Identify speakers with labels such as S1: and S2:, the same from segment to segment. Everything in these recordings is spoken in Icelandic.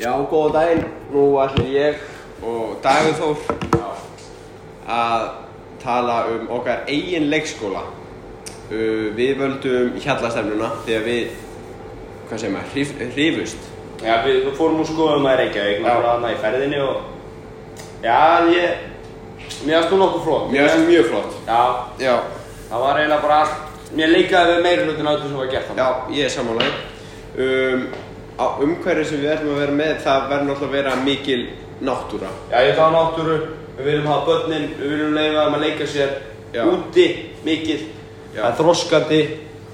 S1: Já, góða daginn, nú ætlum ég og Dagur Þór að tala um okkar eigin leikskóla. Uh, við völdum hjallastefnuna þegar við, hvað segir maður, hrif, hrifust.
S2: Já, við við fórum úr skoðum að Reykjavík, við
S1: Já.
S2: fórum aðna í ferðinni og... Já, ég... Mér varst nú nokkuð flott.
S1: Mér finnst það mjög flott.
S2: Já,
S1: Já.
S2: það var eiginlega bara allt... Mér leikaði við meira hlutin á öllu sem var gert þannig.
S1: Já, ég er sammálaðið. Um, á umhverju sem við ætlum að vera með það verður náttúrulega að vera mikil náttúra.
S2: Já, ég þá náttúru, við viljum hafa börnin, við viljum leifa þeim að leika sér
S1: Já.
S2: úti mikið.
S1: Já.
S2: Það er þroskandi,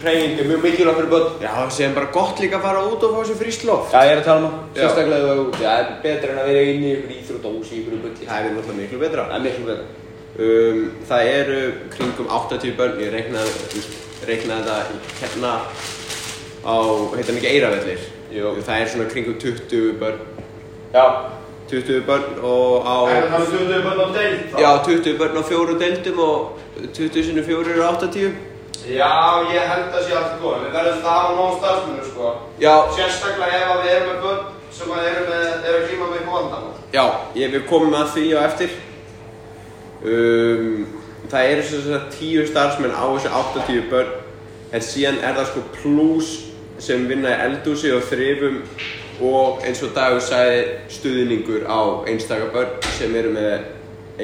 S2: hreyfingi, mjög mikilvægt fyrir börn.
S1: Já, sem bara gott líka að fara út og fá sér frískt loft.
S2: Já, ég er að tala um það.
S1: Já.
S2: Sérstaklega þegar þú ert úti. Það er betra en að vera inni í ykkur íþrótahúsi, í ykkur bulli.
S1: Það er náttúrulega miklu betra.
S2: Það er miklu betra.
S1: Um, það eru kringum 80 börn, ég reiknaði, reiknaði þetta í- hérna á, heitir hann ekki Eiravellir?
S2: Jú.
S1: Það er svona kringum 20 börn,
S2: Já.
S1: 20 börn og á,
S2: er 20 um börn á deild
S1: já 20 börn á fjóru deildum og 20 sinni fjóru eru 80.
S2: Já, ég held að sé allt góð, en við verðum þetta að hafa nóg starfsmunum, sko.
S1: Já,
S2: Sérstaklega ef að við erum með börn sem að eru með, eru að klíma með bóðandana.
S1: já, ég við komum að því á eftir. Um, það eru svona svona 10 starfsmenn á þessu 80 börn, en síðan er það sko pluss sem vinna í eldhúsi og þrifum og eins og Dagur sagði stuðningur á einstaka börn sem eru með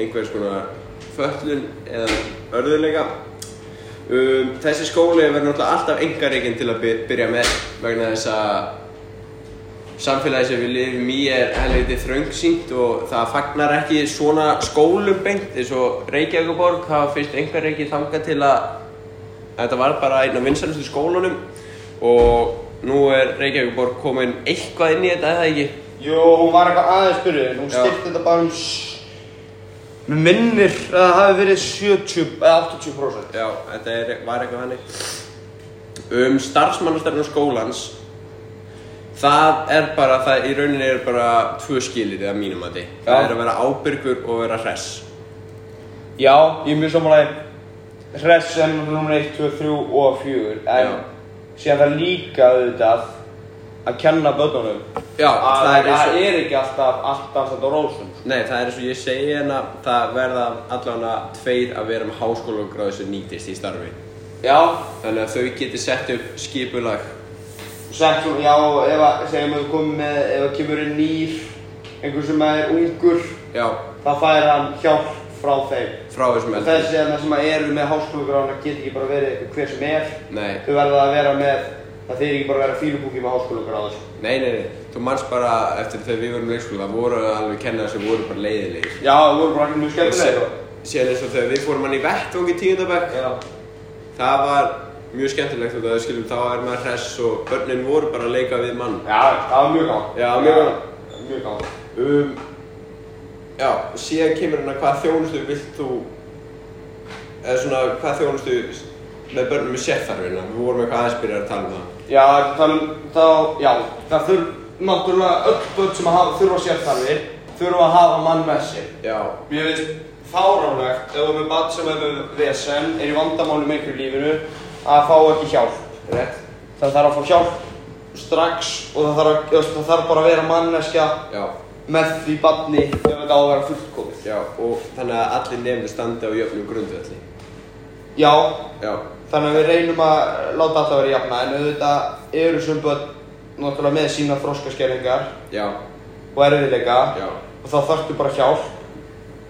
S1: einhvers konar föllun eða örðuleika. Um, þessi skóli verður náttúrulega alltaf engareikinn til að by- byrja með vegna þess að samfélagi sem við lifum í er helviti þröngsýnt og það fagnar ekki svona skólum beint eins og Reykjavíkuborg hafa fyrst engareikið þangað til að Þetta var bara einn af vinsælustu skólunum og nú er Reykjavíkborg komin eitthvað inn í þetta eða ekki.
S2: Jú, hún var eitthvað aðeins byrjuð, en hún
S1: Já.
S2: styrti þetta bara um... s- Mér minnir að það hafi verið 70 eða 80%.
S1: Já, þetta er, var eitthvað hannig. Um starfsmannastefnu skólans, það er bara, það í rauninni er bara tvö skilir eða mínum að því. Það
S2: Já.
S1: er að vera ábyrgur og vera hress.
S2: Já, ég er mjög samanlega hress en nummer 1, 2, 3 og 4, en
S1: Já.
S2: síðan það líka auðvitað að kenna börnunum
S1: Já,
S2: að
S1: það er eins og...
S2: ekki alltaf allt dansandi á rósum. sko.
S1: Nei, það er eins og ég segi hérna, það verða allavega tveir að vera með háskóla og gráðu sem nýtist í starfi.
S2: Já,
S1: Þannig að þau geti sett upp skipulag
S2: Sett svona, já, ef að, segjum að þú komið með, ef að kemur inn nýr, einhver sem er ungur,
S1: Já,
S2: þá fær hann hjálp frá þeim.
S1: frá þessum
S2: Og
S1: eldri
S2: þessi að það sem að eru með háskólagrána get ekki bara verið hver sem er.
S1: Nei.
S2: Þau verða að vera með, það þeir ekki bara að vera fílubúki með háskólagrána, sko.
S1: Nei, nei, nei, þú manns bara eftir þegar við vorum í leikskóla það voru alveg kennar sem voru bara leiðilegir
S2: Já, það voru bara ekki mjög skemmtilega, sko.
S1: Sér eins og þegar við fórum hann í vettvang í tíundabæk
S2: Já.
S1: Það var mjög skemmtilegt og það skilum þá er maður hress og börnin voru bara að leika við mann
S2: Já, það var mjög gaman.
S1: Já, mjög gaman.
S2: Mjög gaman.
S1: um, Já, síðan kemur hérna hvað þjónustu vilt þú eða svona hvað þjónustu með börnum með sérþarfina Við vorum eitthvað aðeins byrjar að tala um það
S2: Já, þannig, þá, já, það þurf, náttúrulega öll börn sem að hafa, þurfa sérþarfir, þurfa að hafa mann með sér.
S1: Já,
S2: Mér finnst fáránlegt ef þú er með barn sem er með vesen, er í vandamálum einhverju í lífinu, að fá ekki hjálp.
S1: rétt
S2: Það þarf að fá hjálp strax og það þarf, að, það þarf bara að vera manneskja
S1: Já,
S2: með því barni ef þetta á að vera fullkomið.
S1: já, og þannig að allir nefnir standa á jöfnum grundvelli
S2: Já,
S1: Já,
S2: þannig að við reynum að láta alltaf vera jafna, en auðvitað eru sem börn náttúrulega með sína þroskaskerðingar
S1: já,
S2: og erfiðleika
S1: já.
S2: og þá þarftu bara hjálp.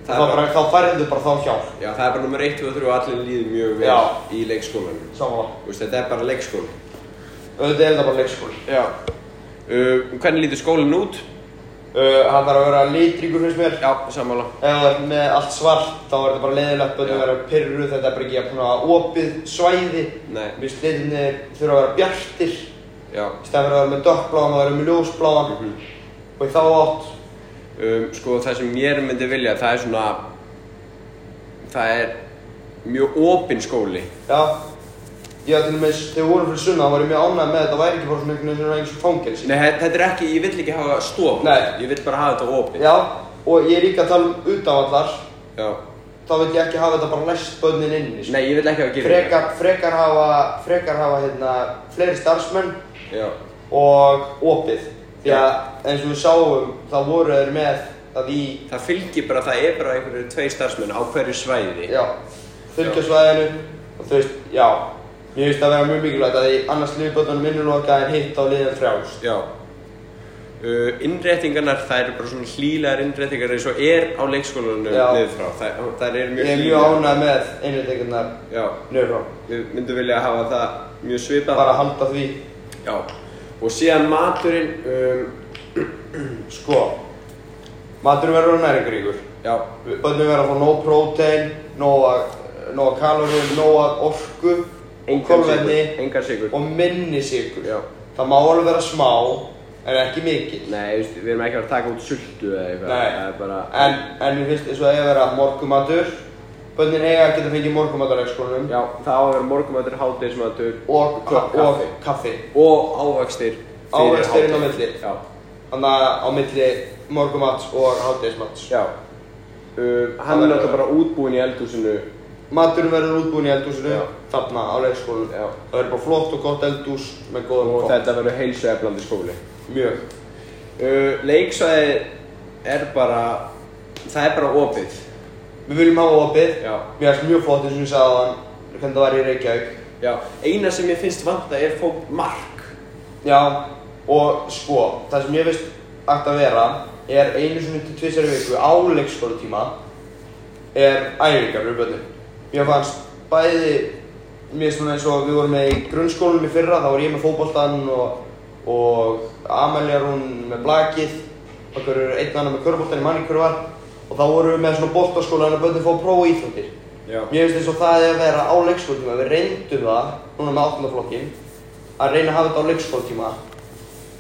S1: Það
S2: Það
S1: er
S2: bara, þá færðu bara þá hjálp.
S1: Já, það er bara nummer 1, 2 og 3 og allir líður mjög vel
S2: Já.
S1: í leikskólanum.
S2: Samanlega.
S1: Þú veist, þetta er bara leikskóli.
S2: Auðvitað er þetta bara leikskóli.
S1: Já. Uh, hvernig lítur skólinn út?
S2: Uh, hann þarf að vera litríkur finnst mér.
S1: Já, sammála.
S2: Ef það er með allt svart, þá er þetta bara leiðilegt, bönnum
S1: Já.
S2: verður pyrruð, þetta er bara ekki jafn opið svæði.
S1: Nei.
S2: Mér finnst litinir þurfa að vera bjartir, í
S1: Já.
S2: staðan fyrir að vera með dökkbláðan og vera með ljósbláðan
S1: Mhm.
S2: og í þá átt.
S1: Um, sko, það sem mér myndi vilja, það er svona, það er mjög opinn skóli.
S2: Já, ég var til dæmis, þegar við vorum fyrir sunna, þá var ég mjög ánægð með að þetta væri ekki bara svona einhvern veginn svona eins og fangelsi.
S1: Nei, þe- þetta er ekki, ég vill ekki hafa stof.
S2: Nei.
S1: Ég vill bara hafa þetta opinn.
S2: Já, og ég er líka að tala um utávallar,
S1: Já.
S2: þá vil ég ekki hafa þetta bara læst bönnin inni. sko.
S1: Nei, ég vill ekki hafa gerir.
S2: Frekar, frekar hafa, frekar hafa hérna, fleiri starfsmenn
S1: Já.
S2: og opið. Því Því að eins og við sáum, þá voru þeir með það í,
S1: Það fylgir bara, það er bara einhverju tvei starfsmenn á hverju svæði.
S2: já, þurrkjasvæðinu og þú veist, já, mér finnst það að vera mjög mikilvægt að því annars liðbötunum innurloka en hitt á liðan frjálst.
S1: Já. Uh, innréttingarnar, það eru bara svona hlýlegar innréttingar eins og er á leikskólanum
S2: Já.
S1: niður frá. Það, það eru
S2: Ég
S1: mjög
S2: er mjög ánægð með innréttingarnar
S1: Já,
S2: niður frá,
S1: við myndum vilja hafa það mjög svipað.
S2: bara að halda því,
S1: Já. Og síðan maturinn, um,
S2: sko, maturinn verður næringaríkur.
S1: já,
S2: Bönnum verður að fá nóg prótein, nóg kaloríum, nóg orku og
S1: engan
S2: kolvenni
S1: sykur. Engan sykur.
S2: og minni sigur.
S1: Já.
S2: Það má alveg vera smá, en ekki mikið.
S1: Nei, þú veist, við erum ekki að fara að taka út sultu eða eitthvað.
S2: Nei.
S1: Það er bara...
S2: En, en mér finnst eins og eiga að vera morgumatur. Bönnin eiga að geta fengið morgumatur á leikskólanum.
S1: Já, það á að vera morgumatur, hádegismatur
S2: Og, ka-
S1: Kaffi.
S2: og kaffi.
S1: og ávakstir
S2: Ávextir inn á milli.
S1: Já,
S2: Þannig að á milli morgumats og hátdeismats.
S1: já. Uh, hann er náttúrulega bara útbúinn í eldhúsinu.
S2: Maturinn verður útbúinn í eldhúsinu,
S1: Já.
S2: þarna á leikskólanum.
S1: Já.
S2: Það verður bara flott og gott eldhús með góðum
S1: Og
S2: kokk.
S1: þetta verður heilsueflandi skóli.
S2: Mjög.
S1: Uh, leiksvæði er bara, það er bara opið.
S2: Við viljum hafa opið.
S1: Já.
S2: Mér finnst mjög flott eins og ég sagði á hann hvernig það var í Reykjavík.
S1: Já, eina sem ég finnst vanta er fólk mark.
S2: Já, og sko, það sem ég veist ætti að vera er einu sinni til tvisar í viku á leikskólatíma er æfingar fyrir börnum. Mér fannst bæði, mér svona eins og við vorum með í grunnskólanum í fyrra, þá var ég með fótboltan og, og Amelia hún með blakið, okkur er einn annar með körboltan, ég man ekki hver var, og þá vorum við með svona boltaskóla en að börnum fá að prófa íþróttir.
S1: Já.
S2: Mér finnst eins og það er að vera á leikskólatíma, við reyndum það, núna með 8. flokkin, að reyna að hafa þetta á leikskólatíma.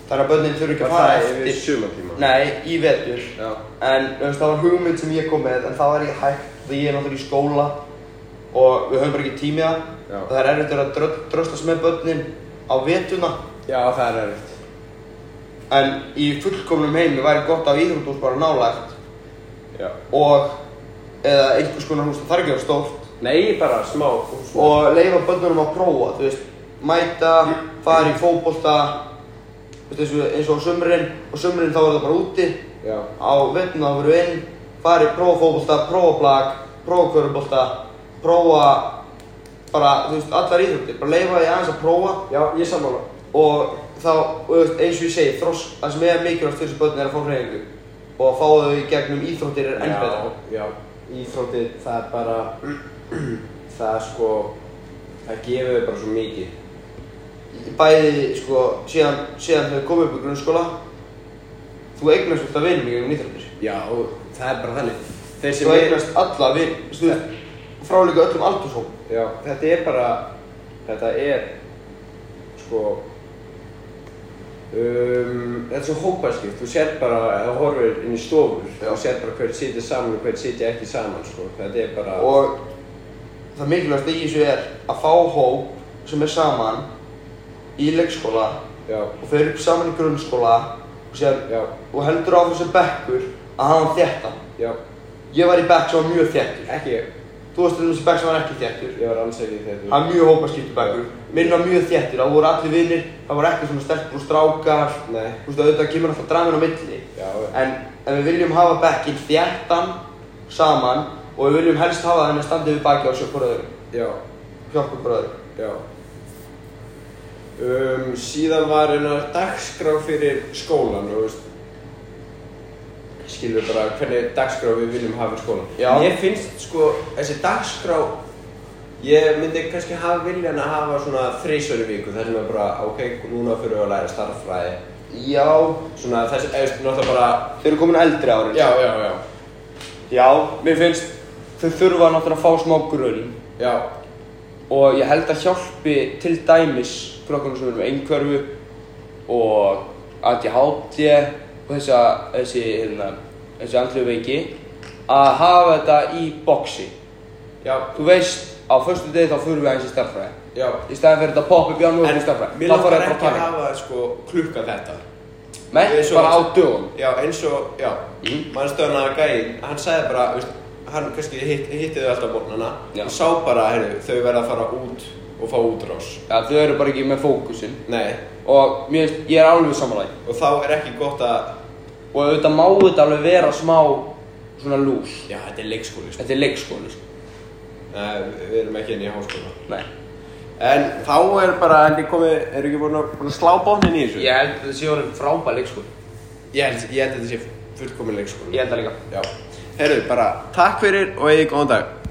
S2: Þannig að börnin þurfi ekki
S1: Var
S2: að fara
S1: það yfir
S2: eftir,
S1: sumartíma?
S2: nei, í vetur.
S1: Já.
S2: En þú veist, það var hugmynd sem ég kom með, en það var ekki hægt, því ég er náttúrulega í skóla og við höfum bara ekki tími það.
S1: Já.
S2: Og það er erfitt að vera að drö- dröslast með börnin á vetuna.
S1: Já, það er erfitt.
S2: En í fullkomnum heimi væri gott að íþróttús bara nálægt
S1: Já.
S2: og, eða einhvers konar hús, það þarf ekki að vera stórt,
S1: Nei, bara smá. Og,
S2: og leifa börnunum að prófa, þú veist, mæta, fara í fótbolta, þú veist, eins og- eins og á sumrin, og sumrin þá er það bara úti,
S1: já.
S2: á vettinu þá fyrir inn, fara í prófa fótbolta, prófa blag, prófa kvörubolta, prófa bara, þú veist, allar íþróttir, bara leifa því aðeins að prófa
S1: Já, ég sammála.
S2: og þá, og þú veist, eins og ég segi, þrosk, það sem er mikilvægt fyrir þessu börn er að fá hreyfingu og að fá þau í gegnum íþróttir er enn betra.
S1: Já, já. Íþróttir, það er bara, það er sko, það gefur þau bara svo mikið.
S2: bæði sko síðan, síðan þau komið upp í grunnskóla þú eignast alltaf vinum í gegnum íþróttir
S1: Já, og það er bara þannig. Þeir sem
S2: þú eignast alla vin stu, frá líka öllum aldurshóp
S1: Já, þetta er bara, þetta er, sko, um, þetta er svo hópaskipt. Þú sér bara, ef þú horfir inn í stofur,
S2: Já.
S1: þú sér bara hver sitja saman og hver sitja ekki saman, sko. Þetta er bara,
S2: og það mikilvægast í þessu er að fá hóp sem er saman í leikskóla
S1: já,
S2: og fer upp saman í grunnskóla og, síðan,
S1: já,
S2: og heldur á þessu bekkur að hafa hann þéttan
S1: já,
S2: ég var í bekk sem var mjög þéttur
S1: ekki ég.
S2: þú varst til þessu bekk sem var ekki þéttur
S1: Ég var alls ekki í þetta.
S2: Það er mjög hópaskipti bækur. Minn var mjög þéttur, það voru allir vinnir, það voru ekki svona stelpur og strákar.
S1: Nei.
S2: Þú veist, auðvitað kemur alltaf dramin á milli.
S1: Já, já.
S2: En, en við viljum hafa bekkinn þéttan saman og við viljum helst hafa þannig að standa við baki á sjö bröðurum.
S1: já.
S2: Hjálpa bröðurum.
S1: Já. Um, síðan var hérna dagskrá fyrir skólan, þú veist. Skilur bara hvernig dagskrá við viljum hafa í skólan.
S2: Já.
S1: Mér finnst sko, þessi dagskrá, ég myndi kannski hafa viljan að hafa svona þreysöru viku, þar sem er bara, ok, núna fyrir við að læra starffræði.
S2: Já.
S1: Svona þessi, eða veist, náttúrulega bara,
S2: Þau eru komin eldri árið.
S1: já, já, já,
S2: Já, mér finnst þau þurfa náttúrulega að fá smá grunn
S1: já,
S2: og ég held að hjálpi til dæmis krökkunum sem eru með einhverfu og ADHD og þessa, þessi, hérna, þessi andrið veiki að hafa þetta í boxi.
S1: já,
S2: Þú veist, á förstu degi þá fyrir við aðeins í starffræði.
S1: já.
S2: Í staðin fyrir þetta að poppa upp í ánum og í starffræði.
S1: mér
S2: Sko, Þá
S1: langar
S2: fór ég bara að
S1: ekki að
S2: tala.
S1: hafa sko klukka þetta.
S2: Nei,
S1: Ég er svo-
S2: bara á dögum.
S1: Já, eins og, já,
S2: Mhm.
S1: mannstu hann að gæinn, hann sagði bara, veist, hann kannski hitt, hitti þau alltaf bólnana,
S2: Já.
S1: og sá bara, heyrðu, þau verða að fara út og fá útrás.
S2: Já, þau eru bara ekki með fókusinn.
S1: Nei,
S2: og mér, finnst- ég er alveg samanlæg
S1: Og þá er ekki gott að...
S2: og auðvitað má þetta alveg vera smá svona lús
S1: Já, þetta er leikskóli, sko.
S2: þetta er leikskóli sko.
S1: Nei, við erum ekki inn í háskóla.
S2: nei
S1: En þá er bara, held ég komið, eru ekki búin að, búin að slá bónin í þessu?
S2: ég held að þetta sé orðin frábær leikskóli
S1: Ég held, ég held að þetta sé fullkomin leikskóli.
S2: ég held það líka
S1: Já. Herru, bara takk fyrir og eigið góðan dag.